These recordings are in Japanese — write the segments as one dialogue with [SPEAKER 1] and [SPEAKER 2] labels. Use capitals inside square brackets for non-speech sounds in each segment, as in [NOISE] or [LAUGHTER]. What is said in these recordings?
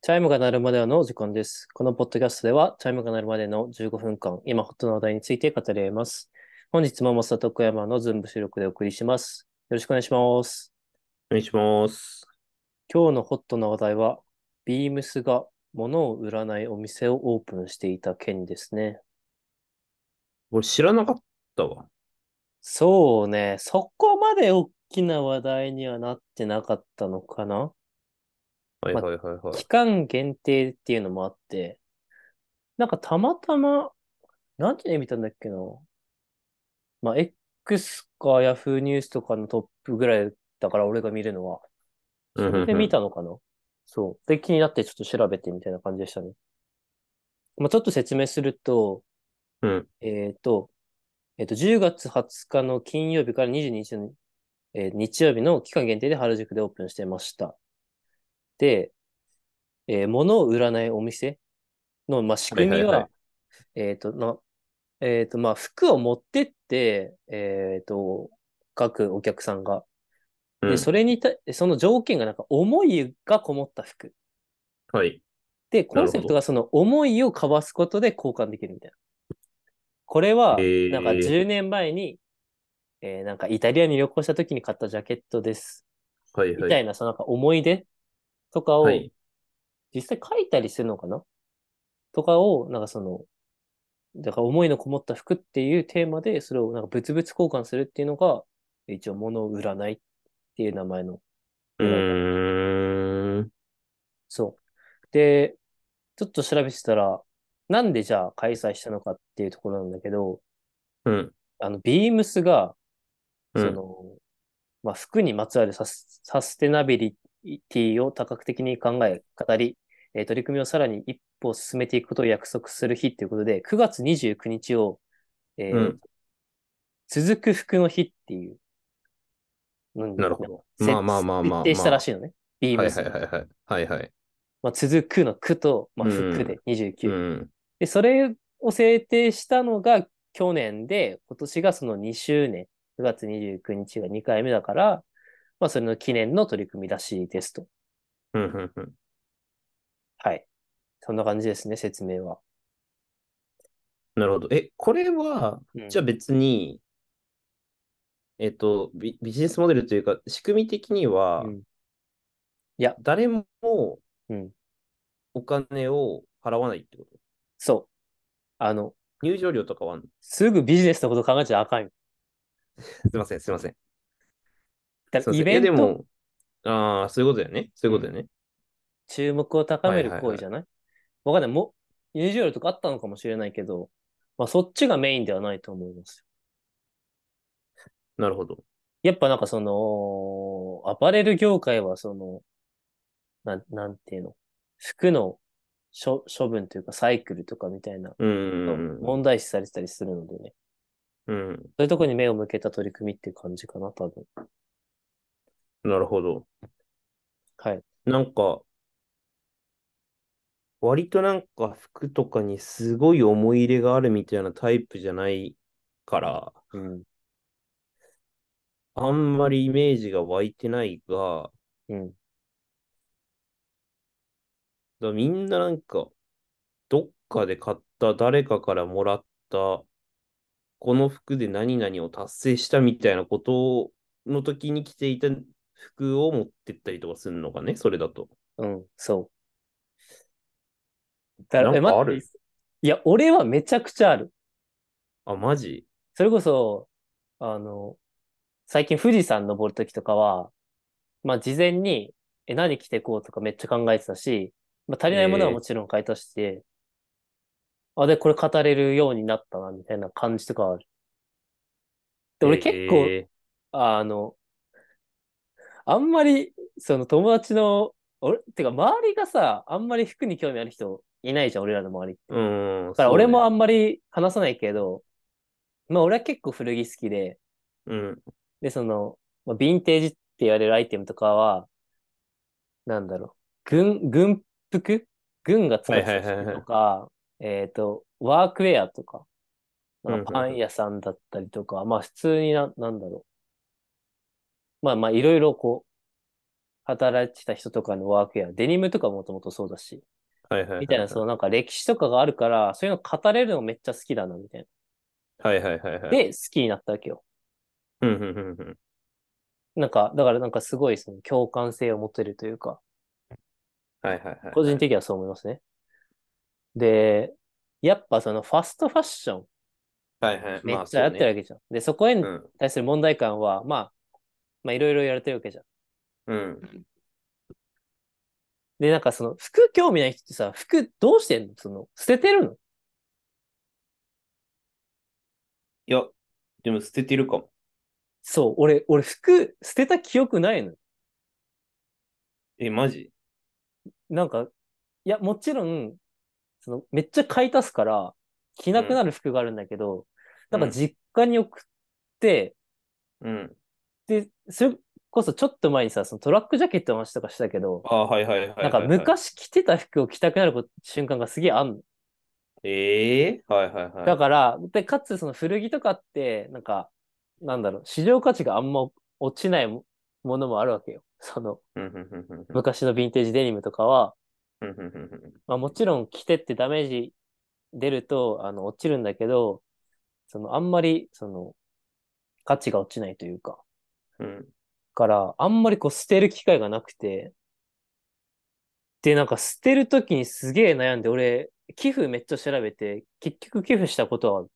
[SPEAKER 1] チャイムが鳴るまでの時間です。このポッドキャストでは、チャイムが鳴るまでの15分間、今ホットな話題について語り合います。本日も松田徳山のズーム収録でお送りします。よろしくお願いします。
[SPEAKER 2] お願いします。
[SPEAKER 1] 今日のホットな話題は、ビームスが物を売らないお店をオープンしていた件ですね。
[SPEAKER 2] 俺知らなかったわ。
[SPEAKER 1] そうね、そこまで大きな話題にはなってなかったのかな
[SPEAKER 2] はい
[SPEAKER 1] ま
[SPEAKER 2] はいはいはい
[SPEAKER 1] 期。間限定っていうのもあって、なんかたまたま、なんて見たんだっけな。まあ、X か Yahoo ニュースとかのトップぐらいだから、俺が見るのは。
[SPEAKER 2] うんうんうん
[SPEAKER 1] で、見たのかなそう。で、気になってちょっと調べてみたいな感じでしたね。まあ、ちょっと説明すると、
[SPEAKER 2] うん
[SPEAKER 1] えっ、と、えっ、と、10月20日の金曜日から22日の、えー日曜日の期間限定で原宿でオープンしてました。で、えー物を売らないお店の、まあ、仕組みは、
[SPEAKER 2] はいはいはい
[SPEAKER 1] えっ、と、な、えっ、と、まあ、服を持ってって、えっ、と、各お客さんが、
[SPEAKER 2] う
[SPEAKER 1] で、
[SPEAKER 2] ん
[SPEAKER 1] それにた、その条件がなんか思いがこもった服。
[SPEAKER 2] はい。
[SPEAKER 1] で、コンセプトがその思いを交わすことで交換できるみたいな。これは、
[SPEAKER 2] へー
[SPEAKER 1] なんか10年前に、えーなんかイタリアに旅行した時に買ったジャケットです。
[SPEAKER 2] はい
[SPEAKER 1] み
[SPEAKER 2] は
[SPEAKER 1] た
[SPEAKER 2] い。
[SPEAKER 1] いな、そのなんか思い出とかを
[SPEAKER 2] はい。
[SPEAKER 1] 実際書いたりするのかなとかを、なんかその、だから思いのこもった服っていうテーマで、それをなんか物々交換するっていうのが、一応物を売らないっていう名前の
[SPEAKER 2] うーん。
[SPEAKER 1] そう。で、ちょっと調べてたら、なんでじゃあ開催したのかっていうところなんだけど、
[SPEAKER 2] うん。
[SPEAKER 1] あの、ビームスが、
[SPEAKER 2] うん
[SPEAKER 1] その、まあ、服にまつわるサス、サステナビリティを多角的に考え、語り、えー取り組みをさらに一歩進めていくことを約束する日ということで、9月29日を、えー
[SPEAKER 2] うん
[SPEAKER 1] 続く服の日っていう、うん
[SPEAKER 2] なるほど。
[SPEAKER 1] せ
[SPEAKER 2] まあまあまあまあまあ
[SPEAKER 1] 設定したらしいのね。ビー
[SPEAKER 2] は
[SPEAKER 1] ム
[SPEAKER 2] い
[SPEAKER 1] ス
[SPEAKER 2] は
[SPEAKER 1] が
[SPEAKER 2] いはいはい。はいはい。
[SPEAKER 1] まあ、続くのくと、まあ、
[SPEAKER 2] うん
[SPEAKER 1] 服で
[SPEAKER 2] う
[SPEAKER 1] 29、
[SPEAKER 2] ん。
[SPEAKER 1] で、それを制定したのが去年で、今年がその2周年、9月29日が2回目だから、まあ、それの記念の取り組みらしいですと。
[SPEAKER 2] うんうんうん。
[SPEAKER 1] はい。そんな感じですね、説明は。
[SPEAKER 2] なるほど。え、これは、
[SPEAKER 1] うん
[SPEAKER 2] じゃあ別に、えっと、ビ、ビジネスモデルというか、仕組み的には
[SPEAKER 1] うん、いや
[SPEAKER 2] 誰も
[SPEAKER 1] うん
[SPEAKER 2] お金を払わないってこと。
[SPEAKER 1] そう。あの、
[SPEAKER 2] 入場料とかはあんの
[SPEAKER 1] すぐビジネスのこと考えちゃあかんよ。
[SPEAKER 2] すいません、すいません。
[SPEAKER 1] だ
[SPEAKER 2] す
[SPEAKER 1] からイ
[SPEAKER 2] いませんい
[SPEAKER 1] ベ
[SPEAKER 2] や
[SPEAKER 1] ン
[SPEAKER 2] で
[SPEAKER 1] ト、
[SPEAKER 2] も、ああ、そういうことだよね。そういうことだよね。
[SPEAKER 1] 注目を高める
[SPEAKER 2] はいはい
[SPEAKER 1] 行
[SPEAKER 2] はい
[SPEAKER 1] 為じゃないわかんない。も、入場料とかあったのかもしれないけど、まあ、そっちがメインではないと思います。
[SPEAKER 2] なるほど。
[SPEAKER 1] やっぱなんかその、アパレル業界はその、なん、なんていうの、服の処、処分というかサイクルとかみたいな、
[SPEAKER 2] うんうんうん
[SPEAKER 1] 問題視されてたりするのでね。
[SPEAKER 2] うん。うん。
[SPEAKER 1] そういうとこに目を向けた取り組みっていう感じかな、多分。
[SPEAKER 2] なるほど。
[SPEAKER 1] はい。
[SPEAKER 2] なんか、割となんか服とかにすごい思い入れがあるみたいなタイプじゃないから、
[SPEAKER 1] うん。
[SPEAKER 2] あんまりイメージが湧いてないが、
[SPEAKER 1] うん。
[SPEAKER 2] だからみんななんか、どっかで買った、誰かからもらった、この服で何々を達成したみたいなことの時に着ていた服を持ってったりとかするのかね、それだと。
[SPEAKER 1] うん。そう。だから、え、
[SPEAKER 2] なんかあ
[SPEAKER 1] 待
[SPEAKER 2] る
[SPEAKER 1] って。いや、俺はめちゃくちゃある。
[SPEAKER 2] あ、マジ
[SPEAKER 1] それこそ、あの、最近富士山登るときとかは、まあ事前に、え、何着てこうとかめっちゃ考えてたし、まあ足りないものは
[SPEAKER 2] ええ
[SPEAKER 1] もちろん買い足して、あ、で、これ語れるようになったな、みたいな感じとかはある。で、俺結構、
[SPEAKER 2] え
[SPEAKER 1] あの、あんまり、その友達の、俺、てか周りがさ、あんまり服に興味ある人いないじゃん、俺らの周りって。
[SPEAKER 2] ーうーん、
[SPEAKER 1] だから俺もあ
[SPEAKER 2] も、
[SPEAKER 1] んまり話さないけど、まあ俺は結構古着好きで、
[SPEAKER 2] うん、
[SPEAKER 1] で、その、まあ、ヴィンテージって言われるアイテムとかは、なんだろう、軍、軍服軍が使ってた
[SPEAKER 2] はいはいはいは
[SPEAKER 1] 服
[SPEAKER 2] い
[SPEAKER 1] とか、えっと、ワークウェアとか、なんか
[SPEAKER 2] うん
[SPEAKER 1] パ
[SPEAKER 2] うんうん
[SPEAKER 1] ン屋さんだったりとか、まあ普通にな、なんだろう。まあまあいろいろこう、働いてた人とかのワークや、デニムとかもともとそうだし、
[SPEAKER 2] はいはいはいはい。
[SPEAKER 1] みたいな、そのなんか歴史とかがあるから、そういうの語れるのめっちゃ好きだな、みたい
[SPEAKER 2] はいはいはいは
[SPEAKER 1] な。
[SPEAKER 2] い。、
[SPEAKER 1] で、好きになったわけよ。
[SPEAKER 2] うんうんうんうん。
[SPEAKER 1] なんか、だからなんかすごいその共感性を持てるというか、
[SPEAKER 2] はいはいはいはい。
[SPEAKER 1] 個人的にはそう思いますね。で、やっぱそのファストファッション、
[SPEAKER 2] はいはい。
[SPEAKER 1] めっ
[SPEAKER 2] まあ
[SPEAKER 1] ちゃやってるわ
[SPEAKER 2] そうね
[SPEAKER 1] けじゃん。で、そこへ
[SPEAKER 2] うん。
[SPEAKER 1] 対する問題感は、まあ、まあいろいろやれてるわけじゃん。
[SPEAKER 2] うん。
[SPEAKER 1] で、なんかその服興味ない人ってさ、服どうしてんのその、捨ててるの
[SPEAKER 2] いや、でも捨ててるかも。
[SPEAKER 1] そう、俺、俺服捨てた記憶ないの。
[SPEAKER 2] え、マジ
[SPEAKER 1] なんか、いや、もちろん、その、めっちゃ買い足すから、着なくなる服があるんだけど、
[SPEAKER 2] うん
[SPEAKER 1] なんか実家に送って、
[SPEAKER 2] うん。
[SPEAKER 1] で、それこそちょっと前にさ、そのトラックジャケットの話とかしたけど、
[SPEAKER 2] ああ、はいはいはいはい、
[SPEAKER 1] なんか昔着てた服を着たくなること瞬間がすげえあんの。
[SPEAKER 2] ええはいはいはい。
[SPEAKER 1] だから、で、かつその古着とかって、なんか、なんだろう、市場価値があんま落ちないもものもあるわけよ。その、
[SPEAKER 2] うんうんうんうんうん
[SPEAKER 1] 昔のヴィンテージデニムとかは、
[SPEAKER 2] うんうんうんうん
[SPEAKER 1] まあ、もちろん着てってダメージ出るとあの落ちるんだけど、そのあんまりその価値が落ちないというか、
[SPEAKER 2] うん
[SPEAKER 1] からあんまりこう捨てる機会がなくて、で、なんか捨てるときにすげえ悩んで、俺、寄付めっちゃ調べて、結局寄付したことはある、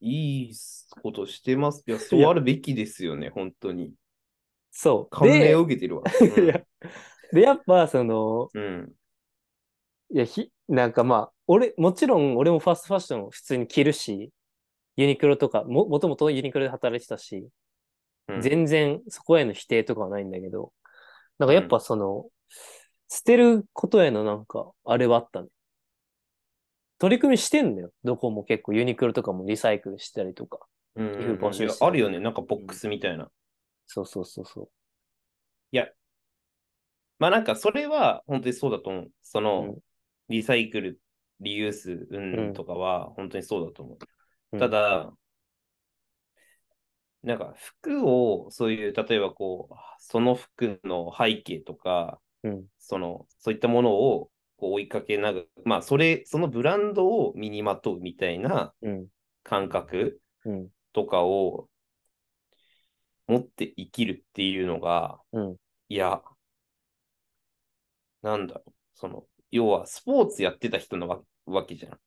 [SPEAKER 2] いいことしてます。
[SPEAKER 1] [LAUGHS]
[SPEAKER 2] いや、そうあるべきですよね、本当に。
[SPEAKER 1] そ
[SPEAKER 2] 感
[SPEAKER 1] う。
[SPEAKER 2] 銘を
[SPEAKER 1] で、
[SPEAKER 2] 受けてるわ。
[SPEAKER 1] [LAUGHS] いやで、やっぱその、
[SPEAKER 2] うん。うん
[SPEAKER 1] いや、ひ、なんかまあ、俺、もちろん俺もファーストファッション普通に着るし、ユニクロとか、も、もともとユニクロで働いてたし、
[SPEAKER 2] うん
[SPEAKER 1] 全然そこへの否定とかはないんだけど、なんかやっぱその、捨てることへのなんか、あれはあったね。取り組みしてんだよ。どこも結構ユニクロとかもリサイクルしたりとか。
[SPEAKER 2] うんうん
[SPEAKER 1] 寄付募
[SPEAKER 2] い
[SPEAKER 1] 集
[SPEAKER 2] や
[SPEAKER 1] して
[SPEAKER 2] あるよね、なんかボックスみたいな。
[SPEAKER 1] そうそうそうそう。
[SPEAKER 2] まあなんかそれは本当にそうだと思う。その、
[SPEAKER 1] うん
[SPEAKER 2] リサイクル、リユース、う
[SPEAKER 1] うん
[SPEAKER 2] ん、とかは本当にそうだと思う。
[SPEAKER 1] うん
[SPEAKER 2] ただ、なんか服をそういう、例えばこう、その服の背景とか、
[SPEAKER 1] うん。
[SPEAKER 2] その、そういったものをこう追いかけながら、まあそれ、そのブランドを身にまとうみたいな
[SPEAKER 1] うん。
[SPEAKER 2] 感覚
[SPEAKER 1] うん。
[SPEAKER 2] とかを持って生きるっていうのが、
[SPEAKER 1] うん。
[SPEAKER 2] いや、なんだろう、その、要はスポーツやってた人のわわけじゃん。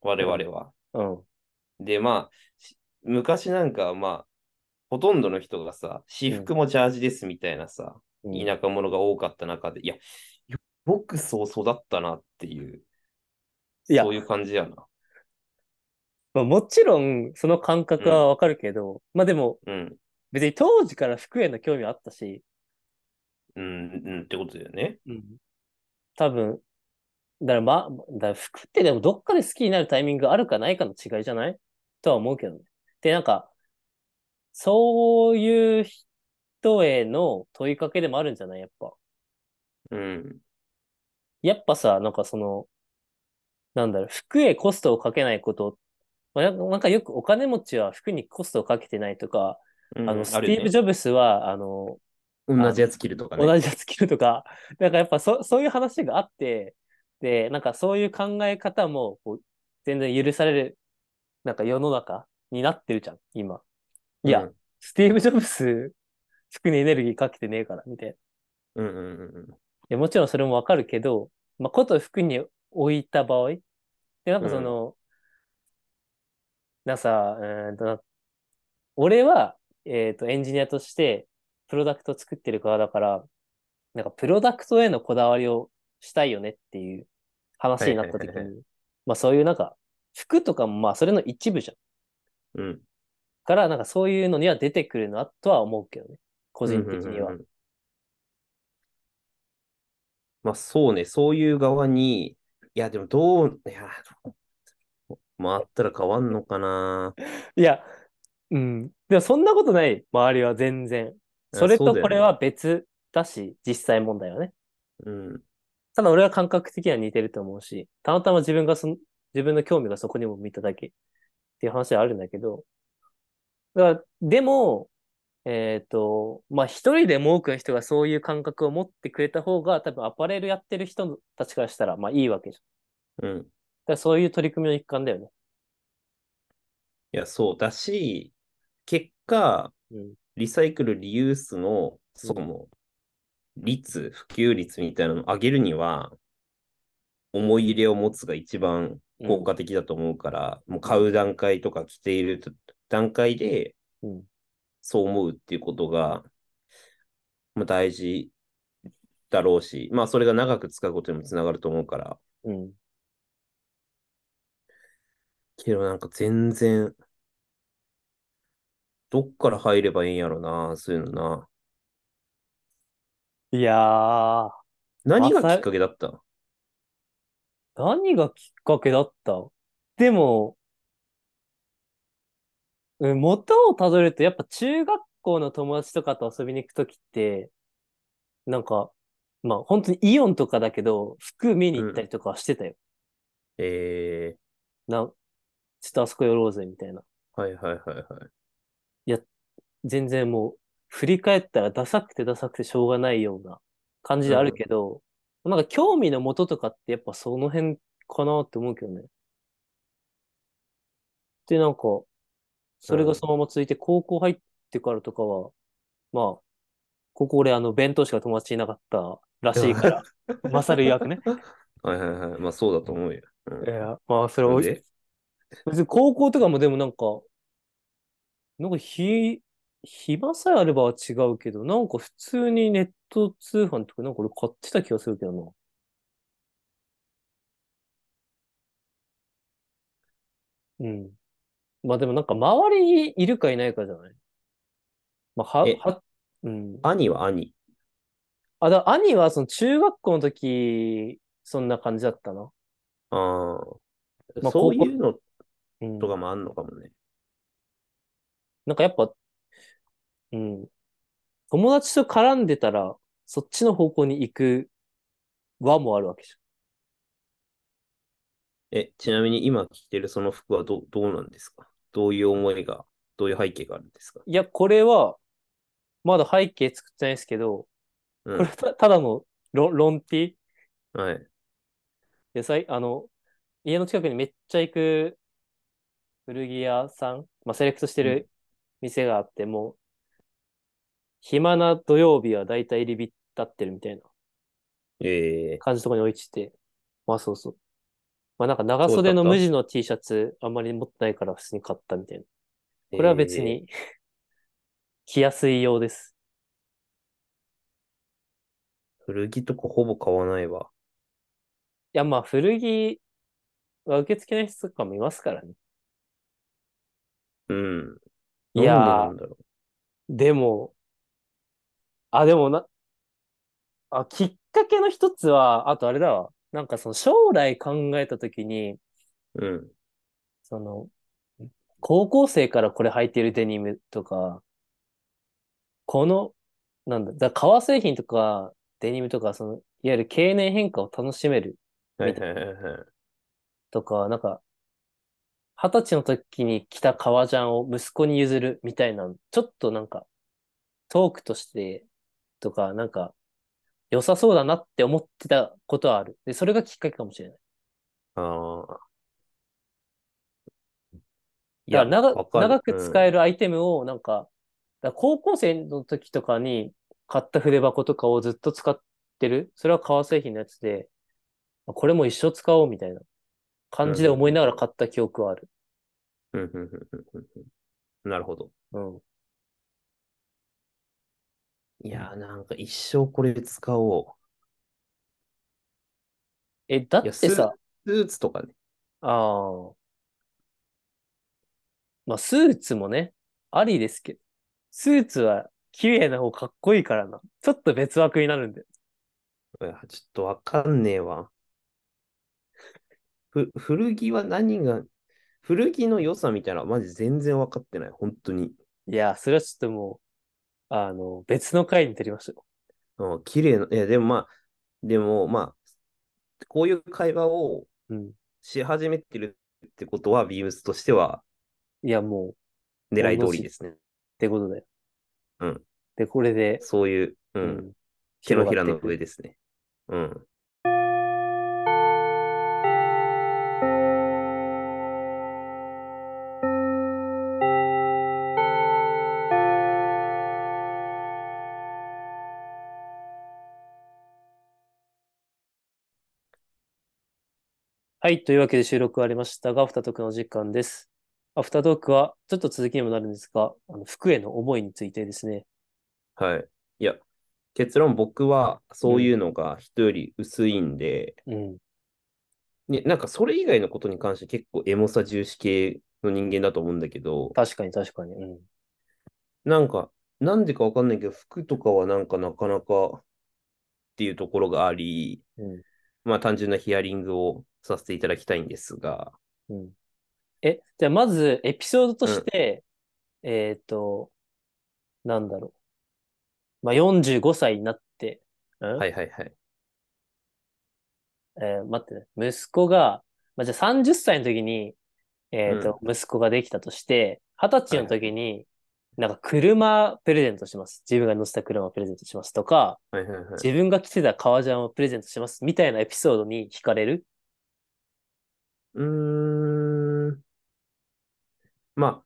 [SPEAKER 2] 我々は。
[SPEAKER 1] うん。
[SPEAKER 2] で、まあ、し昔なんか、まあ、ほとんどの人がさ、私服もジャージですみたいなさ、
[SPEAKER 1] うん。
[SPEAKER 2] 田舎者が多かった中で、いや、よよくそう育ったなっていう、
[SPEAKER 1] いや
[SPEAKER 2] そういう感じやな。
[SPEAKER 1] まあ、もちろん、その感覚はわかるけど、まあでも、
[SPEAKER 2] うん。
[SPEAKER 1] 別に当時から服への興味はあったし、
[SPEAKER 2] うん、うん、ってことだよね。
[SPEAKER 1] 多分、だからま、だから服ってでもどっかで好きになるタイミングがあるかないかの違いじゃないとは思うけどね。で、なんか、そういう人への問いかけでもあるんじゃないやっぱ。
[SPEAKER 2] うん。
[SPEAKER 1] やっぱさ、なんかその、なんだろう、服へコストをかけないこと、まあ、なんかなんかよくお金持ちは服にコストをかけてないとか、
[SPEAKER 2] うん
[SPEAKER 1] あの、ステ
[SPEAKER 2] るよ
[SPEAKER 1] ィーブ・ジョブスは、あの、
[SPEAKER 2] ね同じやつ着るとかね。
[SPEAKER 1] 同じやつ着るとか、 [LAUGHS] なんかやっぱそそういう話があって、で、なんかそういう考え方もこう全然許される、なんか世の中になってるじゃん、今。いや、
[SPEAKER 2] うん
[SPEAKER 1] スティーブ・ジョブス、服にエネルギーかけてねえから、みたいな。い
[SPEAKER 2] うんうんうんうん。
[SPEAKER 1] やもちろんそれもわかるけど、まあ、こと服に置いた場合、で、なんかその、なんかさ、うーんとな、俺は、えっ、と、エンジニアとして、プロダクトを作ってる側だから、なんか、プロダクトへのこだわりをしたいよねっていう話になった時
[SPEAKER 2] はいはいはい
[SPEAKER 1] に、まあ、そういうなんか、服とかもまあ、それの一部じゃん。
[SPEAKER 2] うん。
[SPEAKER 1] から、なんかそういうのには出てくるなとは思うけどね。個人的には
[SPEAKER 2] うんうん。うんうんまあそうね、そういう側に、いやでもどう、いや、回ったら変わんのかな。
[SPEAKER 1] いや、うん。でもそんなことない、周りは全然。
[SPEAKER 2] あ
[SPEAKER 1] それ
[SPEAKER 2] そう
[SPEAKER 1] と
[SPEAKER 2] だよね
[SPEAKER 1] これは別だし、実際問題はね。
[SPEAKER 2] うん。
[SPEAKER 1] ただ俺は感覚的には似てると思うし、たまたま自分がその、自分の興味がそこにも見ただけっていう話はあるんだけど、だから、でも、えっと、まあ、一人でも多くの人がそういう感覚を持ってくれた方が、多分アパレルやってる人たちからしたら、まあいいわけじゃん。だ
[SPEAKER 2] うん。い
[SPEAKER 1] からそういう取り組みの一環だよね。
[SPEAKER 2] や、そうだし、結果、
[SPEAKER 1] うん。
[SPEAKER 2] リサイクルリユースの、その、率、普及率みたいなのを上げるには、思い入れを持つが一番
[SPEAKER 1] うん
[SPEAKER 2] 効果的だと思うから、もう買う段階とか着ている段階で、
[SPEAKER 1] うん。
[SPEAKER 2] そう思うっていうことが、まあ、大事だろうし、まあ、それが長く使うことにもつながると思うから、
[SPEAKER 1] うん。
[SPEAKER 2] けどなんか全然、どっから入ればいいんやろな、そういうのな。
[SPEAKER 1] いやー、
[SPEAKER 2] 何が
[SPEAKER 1] まあさ
[SPEAKER 2] きっかけだった
[SPEAKER 1] 何がきっかけだったでも、うん、元をたどると、やっぱ中学校の友達とかと遊びに行くときって、なんか、まあ本当にイオンとかだけど、服見に行ったりとかはしてたよ。
[SPEAKER 2] え
[SPEAKER 1] なん、ちょっとあそこ寄ろうぜ、みたいな。
[SPEAKER 2] ー、はいはいはいはい。
[SPEAKER 1] 全然もう、振り返ったらダサくてダサくてしょうがないような感じであるけど、なんか興味の元とかってやっぱその辺かなって思うけどね。で、なんか、それがそのまま続いて、高校入ってからとかは、まあ、ここ俺あの、弁当しか友達いなかったらしい [LAUGHS] から、勝る曰くね。
[SPEAKER 2] はいはいはい。まあそうだと思うよ。うん
[SPEAKER 1] いや、まあ、それ
[SPEAKER 2] な
[SPEAKER 1] は
[SPEAKER 2] んで
[SPEAKER 1] 別に高校とかもでもなんか、なんかひ、暇さえあれば違うけど、なんか普通にネット通販とかなんか俺買ってた気がするけどな。うん。まあでもなんか周りにいるかいないかじゃないまあ、は、
[SPEAKER 2] え
[SPEAKER 1] は、うん。
[SPEAKER 2] 兄は兄。
[SPEAKER 1] あ、だ、兄はその中学校の時、そんな感じだったな。
[SPEAKER 2] あー
[SPEAKER 1] まあ
[SPEAKER 2] そういうの
[SPEAKER 1] うん
[SPEAKER 2] と。かもあんのかもね。
[SPEAKER 1] なんかやっぱ、うん。友達と絡んでたら、そっちの方向に行く輪もあるわけじ
[SPEAKER 2] え、ちなみに今着てるその服はどどうなんですかどういう思いが、どういう背景があるんですか
[SPEAKER 1] ゃん。いや、これは、まだ背景作ってないですけど、
[SPEAKER 2] う
[SPEAKER 1] こ
[SPEAKER 2] ん
[SPEAKER 1] れはたただのロロンティ
[SPEAKER 2] はい。
[SPEAKER 1] 野菜、あの、家の近くにめっちゃ行く古着屋さん、まあ、セレクトしてる店があって、もう、暇な土曜日はだいたい入り浸ってるみたいな
[SPEAKER 2] え
[SPEAKER 1] 感じのとこに置いてて。まあそうそう。まあなんか長袖の無地の T シャツあんまり持ってないから普通に買ったみたいな。
[SPEAKER 2] ー、
[SPEAKER 1] これは別
[SPEAKER 2] えー。
[SPEAKER 1] に [LAUGHS] 着やすい用です。
[SPEAKER 2] 古着とかほぼ買わないわ。
[SPEAKER 1] いやまあ古着は受付の人とかもいますからね。
[SPEAKER 2] うん。
[SPEAKER 1] いやー
[SPEAKER 2] なんでなんだろ
[SPEAKER 1] でも、あ、でもな、あ、きっかけの一つは、あとあれだわ。なんかその将来考えたときに、
[SPEAKER 2] う。うん。
[SPEAKER 1] その、高校生からこれ履いてるデニムとか、この、なんだ、だ革製品とか、デニムとか、その、いわゆる経年変化を楽しめる
[SPEAKER 2] はいはいはいはい。
[SPEAKER 1] とか、なんか、二十歳の時に着た革ジャンを息子に譲るみたいな、ちょっとなんか、トークとしてとか、なんか、良さそうだなって思ってたことはある。で、それがきっかけかもしれない。
[SPEAKER 2] ああ。い
[SPEAKER 1] だから長
[SPEAKER 2] わかる
[SPEAKER 1] 長く使
[SPEAKER 2] うん
[SPEAKER 1] えるアイテムを、なんか、だから高校生の時とかに買った筆箱とかをずっと使ってる。それは革製品のやつで、あこれも一生使おうみたいな感じで思いながら買った記憶はある。
[SPEAKER 2] うんうんうんうんうんうんなるほど。
[SPEAKER 1] うん。
[SPEAKER 2] いやー、なんか一生これ使お
[SPEAKER 1] え、だっ
[SPEAKER 2] いや
[SPEAKER 1] てさ、
[SPEAKER 2] う。スーツとかね。
[SPEAKER 1] ああ。まあ、スーツもね、ありですけど、スーツは綺麗な方かっこいいからな。ちょっと別枠になるんで。
[SPEAKER 2] いやちょっとわかんねえわ。ふ、古着は何が、古着の良さみたいなのはマジ全然わかってない。本当に。
[SPEAKER 1] いや、それはちょっともう、あの、別の回に取りましょう。
[SPEAKER 2] うん、綺麗な、いや、でもまあ、でもまあ、こういう会話を
[SPEAKER 1] うん。
[SPEAKER 2] し始めてるってことは、ビームスとしてはい
[SPEAKER 1] や、もう、
[SPEAKER 2] 狙い通りですね。
[SPEAKER 1] ってことだよ。
[SPEAKER 2] うん
[SPEAKER 1] で、これで、
[SPEAKER 2] そういう、
[SPEAKER 1] う
[SPEAKER 2] う、、
[SPEAKER 1] ん
[SPEAKER 2] 手の
[SPEAKER 1] 広
[SPEAKER 2] ひ
[SPEAKER 1] が
[SPEAKER 2] ら
[SPEAKER 1] ってい
[SPEAKER 2] の
[SPEAKER 1] く
[SPEAKER 2] 上ですね。うん。
[SPEAKER 1] はい。というわけで収録終わりましたが、アフタートークのお時間です。アフタートークは、ちょっと続きにもなるんですが、あの服への思いについてですね。
[SPEAKER 2] はい。いや、結論僕はそういうのが人より薄いんで、
[SPEAKER 1] うん。
[SPEAKER 2] ね、なんかそれ以外のことに関して結構エモさ重視系の人間だと思うんだけど、
[SPEAKER 1] 確かに確かに。うん。
[SPEAKER 2] なんか、なんでかわかんないけど、服とかはなんかなかなかっていうところがあり、
[SPEAKER 1] うん。
[SPEAKER 2] まあ単純なヒアリングをさせていただきたいんですが、
[SPEAKER 1] うん。え、じゃあまず、エピソードとして、えっと、なんだろう。まあ、45歳になって、うん
[SPEAKER 2] はいはいはい。
[SPEAKER 1] えー待ってね。息子が、まあ、じゃあ30歳の時に、えっと、息子ができたとして、20歳の時に、なんか車プレゼントします。自分が乗せた車をプレゼントしますとか、
[SPEAKER 2] はいはいはい。
[SPEAKER 1] 自分が着てた革ジャンをプレゼントしますみたいなエピソードに惹かれる。
[SPEAKER 2] うーん。まあ、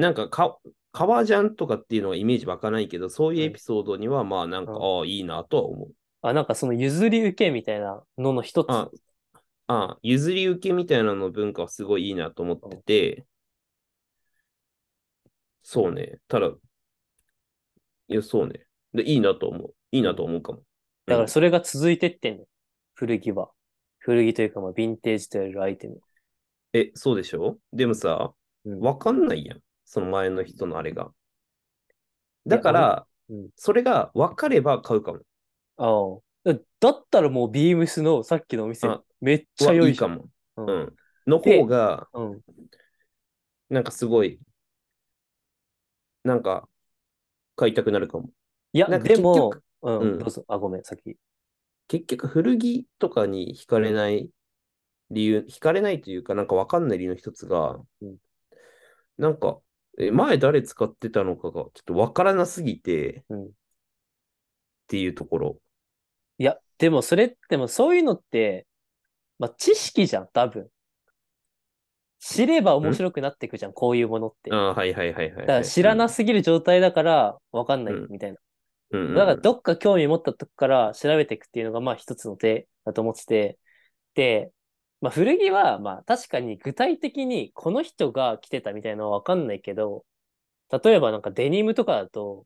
[SPEAKER 2] なんかか、革ジャンとかっていうのはイメージ湧かないけど、そういうエピソードには、まあなんか、
[SPEAKER 1] う
[SPEAKER 2] ああ、いいなとは思う。
[SPEAKER 1] あ、なんかその譲り受けみたいなのの一つ。
[SPEAKER 2] あああ、譲り受けみたいなの文化はすごいいいなと思ってて、そうね。ただ、いや、そうね。で、いいなと思う。いいなと思うかも。
[SPEAKER 1] だか
[SPEAKER 2] うん
[SPEAKER 1] らそれが続いてってんの。古着は。古着というか、まあ、ヴィンテージと言われるアイテム。
[SPEAKER 2] え、そうでしょでもさ、
[SPEAKER 1] うん
[SPEAKER 2] わかんないやん。その前の人のあれが。だから、
[SPEAKER 1] 俺うん
[SPEAKER 2] それが分かれば買うかも。
[SPEAKER 1] ああ。だだったらもうビームスのさっきのお店
[SPEAKER 2] あ、
[SPEAKER 1] めっちゃ
[SPEAKER 2] は
[SPEAKER 1] 良い
[SPEAKER 2] いい
[SPEAKER 1] じゃ
[SPEAKER 2] か
[SPEAKER 1] ん。
[SPEAKER 2] も。
[SPEAKER 1] う。
[SPEAKER 2] うんん。の方が、
[SPEAKER 1] うん。
[SPEAKER 2] なんかすごい、なんか、買いたくなるかも。
[SPEAKER 1] いや、
[SPEAKER 2] なんか
[SPEAKER 1] でも
[SPEAKER 2] 結、
[SPEAKER 1] うん、
[SPEAKER 2] うん
[SPEAKER 1] どうぞ。あ、ごめん、先。
[SPEAKER 2] 結局、古着とかに惹かれない理由、惹かれないというか、なんか分かんない理由の一つが
[SPEAKER 1] うん、
[SPEAKER 2] なんか、え前誰使ってたのかが、ちょっと分からなすぎて、
[SPEAKER 1] うん
[SPEAKER 2] っていうところ。
[SPEAKER 1] いや、でもそれってもうそういうのって、まあ、知識じゃん、多分。知れば面白くなってくじゃん、こういうものって。
[SPEAKER 2] あ
[SPEAKER 1] だ
[SPEAKER 2] あ、はいはいはいはいはい。
[SPEAKER 1] から知らな
[SPEAKER 2] す、
[SPEAKER 1] すぎる状態だから、わかんない
[SPEAKER 2] うん
[SPEAKER 1] みたいな。
[SPEAKER 2] うんうんうん
[SPEAKER 1] だから、どっか興味持ったとこから調べていくっていうのが、まあ、一つの手だと思ってて。で、まあ、古着は、まあ、確かに具体的にこの人が着てたみたいなのはわかんないけど、例えばなんかデニムとかだと、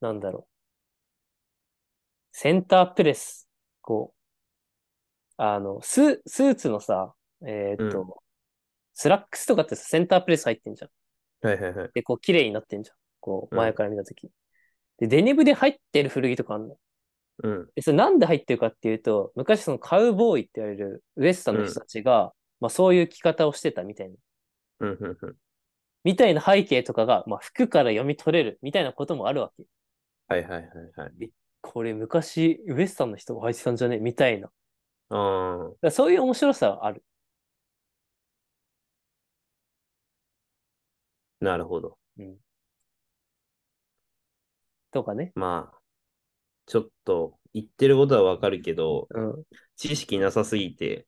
[SPEAKER 1] なんだろう。センタープレス。こう、あの、ス、スーツのさ、えーっと、
[SPEAKER 2] う
[SPEAKER 1] スラックスとかってさセンタープレス入ってんじゃん。
[SPEAKER 2] はいはいはい。
[SPEAKER 1] で、こう、綺麗になってんじゃん。こう、
[SPEAKER 2] うん
[SPEAKER 1] 前から見たとき。で、デニムで入ってる古着とかあんの。
[SPEAKER 2] うん。
[SPEAKER 1] で、それなんで入ってるかっていうと、昔そのカウボーイって言われるウエスタンの人たちが、まあそういう着方をしてたみたいな、
[SPEAKER 2] うんうんうん。
[SPEAKER 1] みたいな背景とかが、まあ服から読み取れるみたいなこともあるわけ。
[SPEAKER 2] はいはいはいはい。
[SPEAKER 1] これ昔ウエスタンの人が履いてたんじゃねみたいな。だか
[SPEAKER 2] あ
[SPEAKER 1] らそういう面白さはある。
[SPEAKER 2] あ、なるほど。
[SPEAKER 1] とかね。
[SPEAKER 2] まあ、ちょっと言ってることはわかるけど、
[SPEAKER 1] うん。っ
[SPEAKER 2] 知識なさすぎて、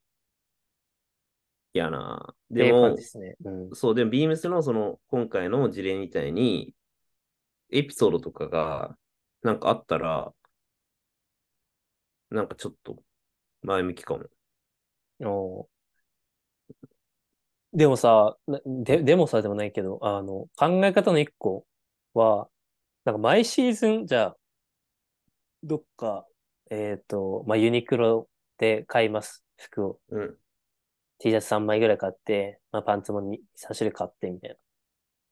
[SPEAKER 2] やな。
[SPEAKER 1] てい
[SPEAKER 2] で
[SPEAKER 1] う感
[SPEAKER 2] も
[SPEAKER 1] じで、すね。うん。
[SPEAKER 2] そう、でも、ビームスのその、今回の事例みたいに、エピソードとかが、なんかあったら、なんかちょっと、前向きかも。
[SPEAKER 1] おーでもさ、なで、でもさ、でもないけど、あの、考え方の一個は、なんか毎シーズン、じゃあ、どっか、えっと、まあ、ユニクロで買います、服を。
[SPEAKER 2] うん。
[SPEAKER 1] T シャツ3枚ぐらい買って、まあ、パンツも2、3種類買って、みたいな。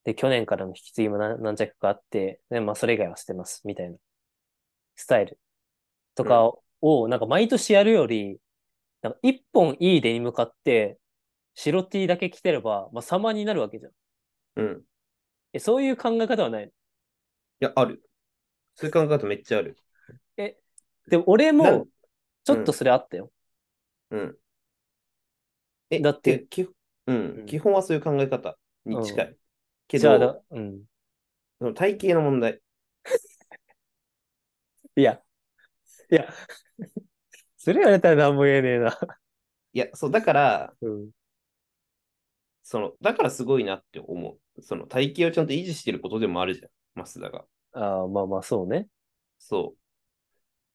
[SPEAKER 1] で、去年からの引き継ぎも何、何着かあって、で、まあ、それ以外は捨てます、みたいな。スタイルとかを、なんか毎年やるより、なんか1本いいデニム買って、白 T だけ着てれば、まあ、様になるわけじゃん。
[SPEAKER 2] うん。
[SPEAKER 1] え、そういう考え方はない
[SPEAKER 2] いや、ある。そういう考え方めっちゃある。
[SPEAKER 1] でも、俺
[SPEAKER 2] な
[SPEAKER 1] も
[SPEAKER 2] ん、
[SPEAKER 1] ちょっとそれあったよ。
[SPEAKER 2] うん。え、
[SPEAKER 1] だって
[SPEAKER 2] え基本、うん、
[SPEAKER 1] うん
[SPEAKER 2] 基本はそういう考え方に近い。け
[SPEAKER 1] じゃあ
[SPEAKER 2] ど
[SPEAKER 1] だ、、うん。
[SPEAKER 2] その体型の問題。
[SPEAKER 1] いや、いや、 [LAUGHS] それ言われたら何も言えねえな。
[SPEAKER 2] いや、そう、だから、
[SPEAKER 1] うん。
[SPEAKER 2] その、だからすごいなって思う。その体型をちゃんと維持してることでもあるじゃん、増田が。
[SPEAKER 1] ああ、まあまあ、そうね。
[SPEAKER 2] そう。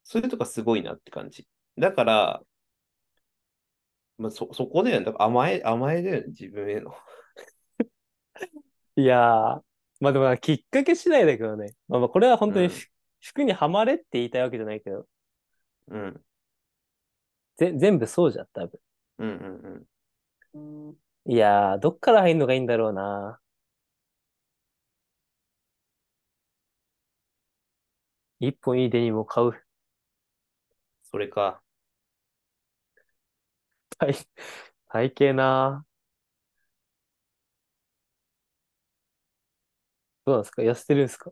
[SPEAKER 2] それとかすごいなって感じ。だから、まあ、そ、そこだよね。だから甘え、甘えだよね、自分への。
[SPEAKER 1] いやー、まあでもな、きっかけ次第だけどね。まあまあ、これは本当にふ、
[SPEAKER 2] うん
[SPEAKER 1] 服にはまれって言いたいわけじゃないけど、
[SPEAKER 2] うん。
[SPEAKER 1] ぜ、全部そうじゃん、多分。
[SPEAKER 2] うんうんうん。
[SPEAKER 1] いやー、どっから入るのがいいんだろうな。一本いいデニムを買う。 [LAUGHS]
[SPEAKER 2] それか。
[SPEAKER 1] 体、体型な。どうなんですか痩せてるんですか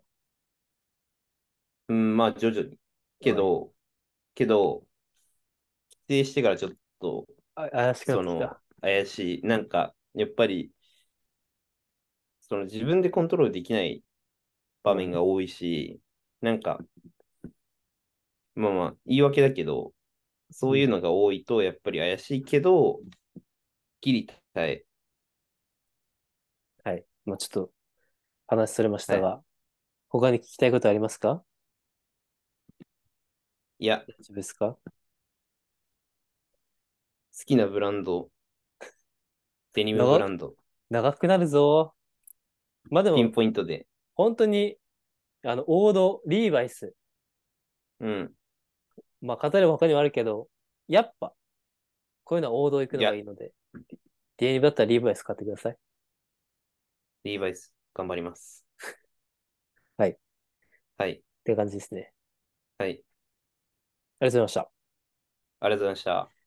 [SPEAKER 2] うん、まあ、徐々に。けど、けど、規制してからちょっと、
[SPEAKER 1] あ怪しく
[SPEAKER 2] そ
[SPEAKER 1] なってき
[SPEAKER 2] の
[SPEAKER 1] た。、
[SPEAKER 2] 怪しい。なんか、やっぱり、その自分でコントロールできない場面が多いし、なんか、まあまあ、言い訳だけど、そういうのが多いと、やっぱり怪しいけど、ギリ耐え。
[SPEAKER 1] はい。まあちょっと、話それました
[SPEAKER 2] はい
[SPEAKER 1] が、他に聞きたいことありますか
[SPEAKER 2] いや、
[SPEAKER 1] 大丈夫ですか
[SPEAKER 2] 好きなブランド、デニム
[SPEAKER 1] 長っ
[SPEAKER 2] ブランド、
[SPEAKER 1] 長くなるぞ。まあで
[SPEAKER 2] ピ
[SPEAKER 1] も
[SPEAKER 2] ン、ポイントで。
[SPEAKER 1] 本当に、あの、王道、リーバイス。
[SPEAKER 2] うん。
[SPEAKER 1] まあ、語れば他にもあるけど、やっぱ、こういうのは王道行くのがいいので、デニムだったらリーバイス買ってください。
[SPEAKER 2] リーバイス、頑張ります。
[SPEAKER 1] はい。
[SPEAKER 2] はい。
[SPEAKER 1] って感じですね。
[SPEAKER 2] はい。
[SPEAKER 1] ありがとうございました。
[SPEAKER 2] ありがとうございました。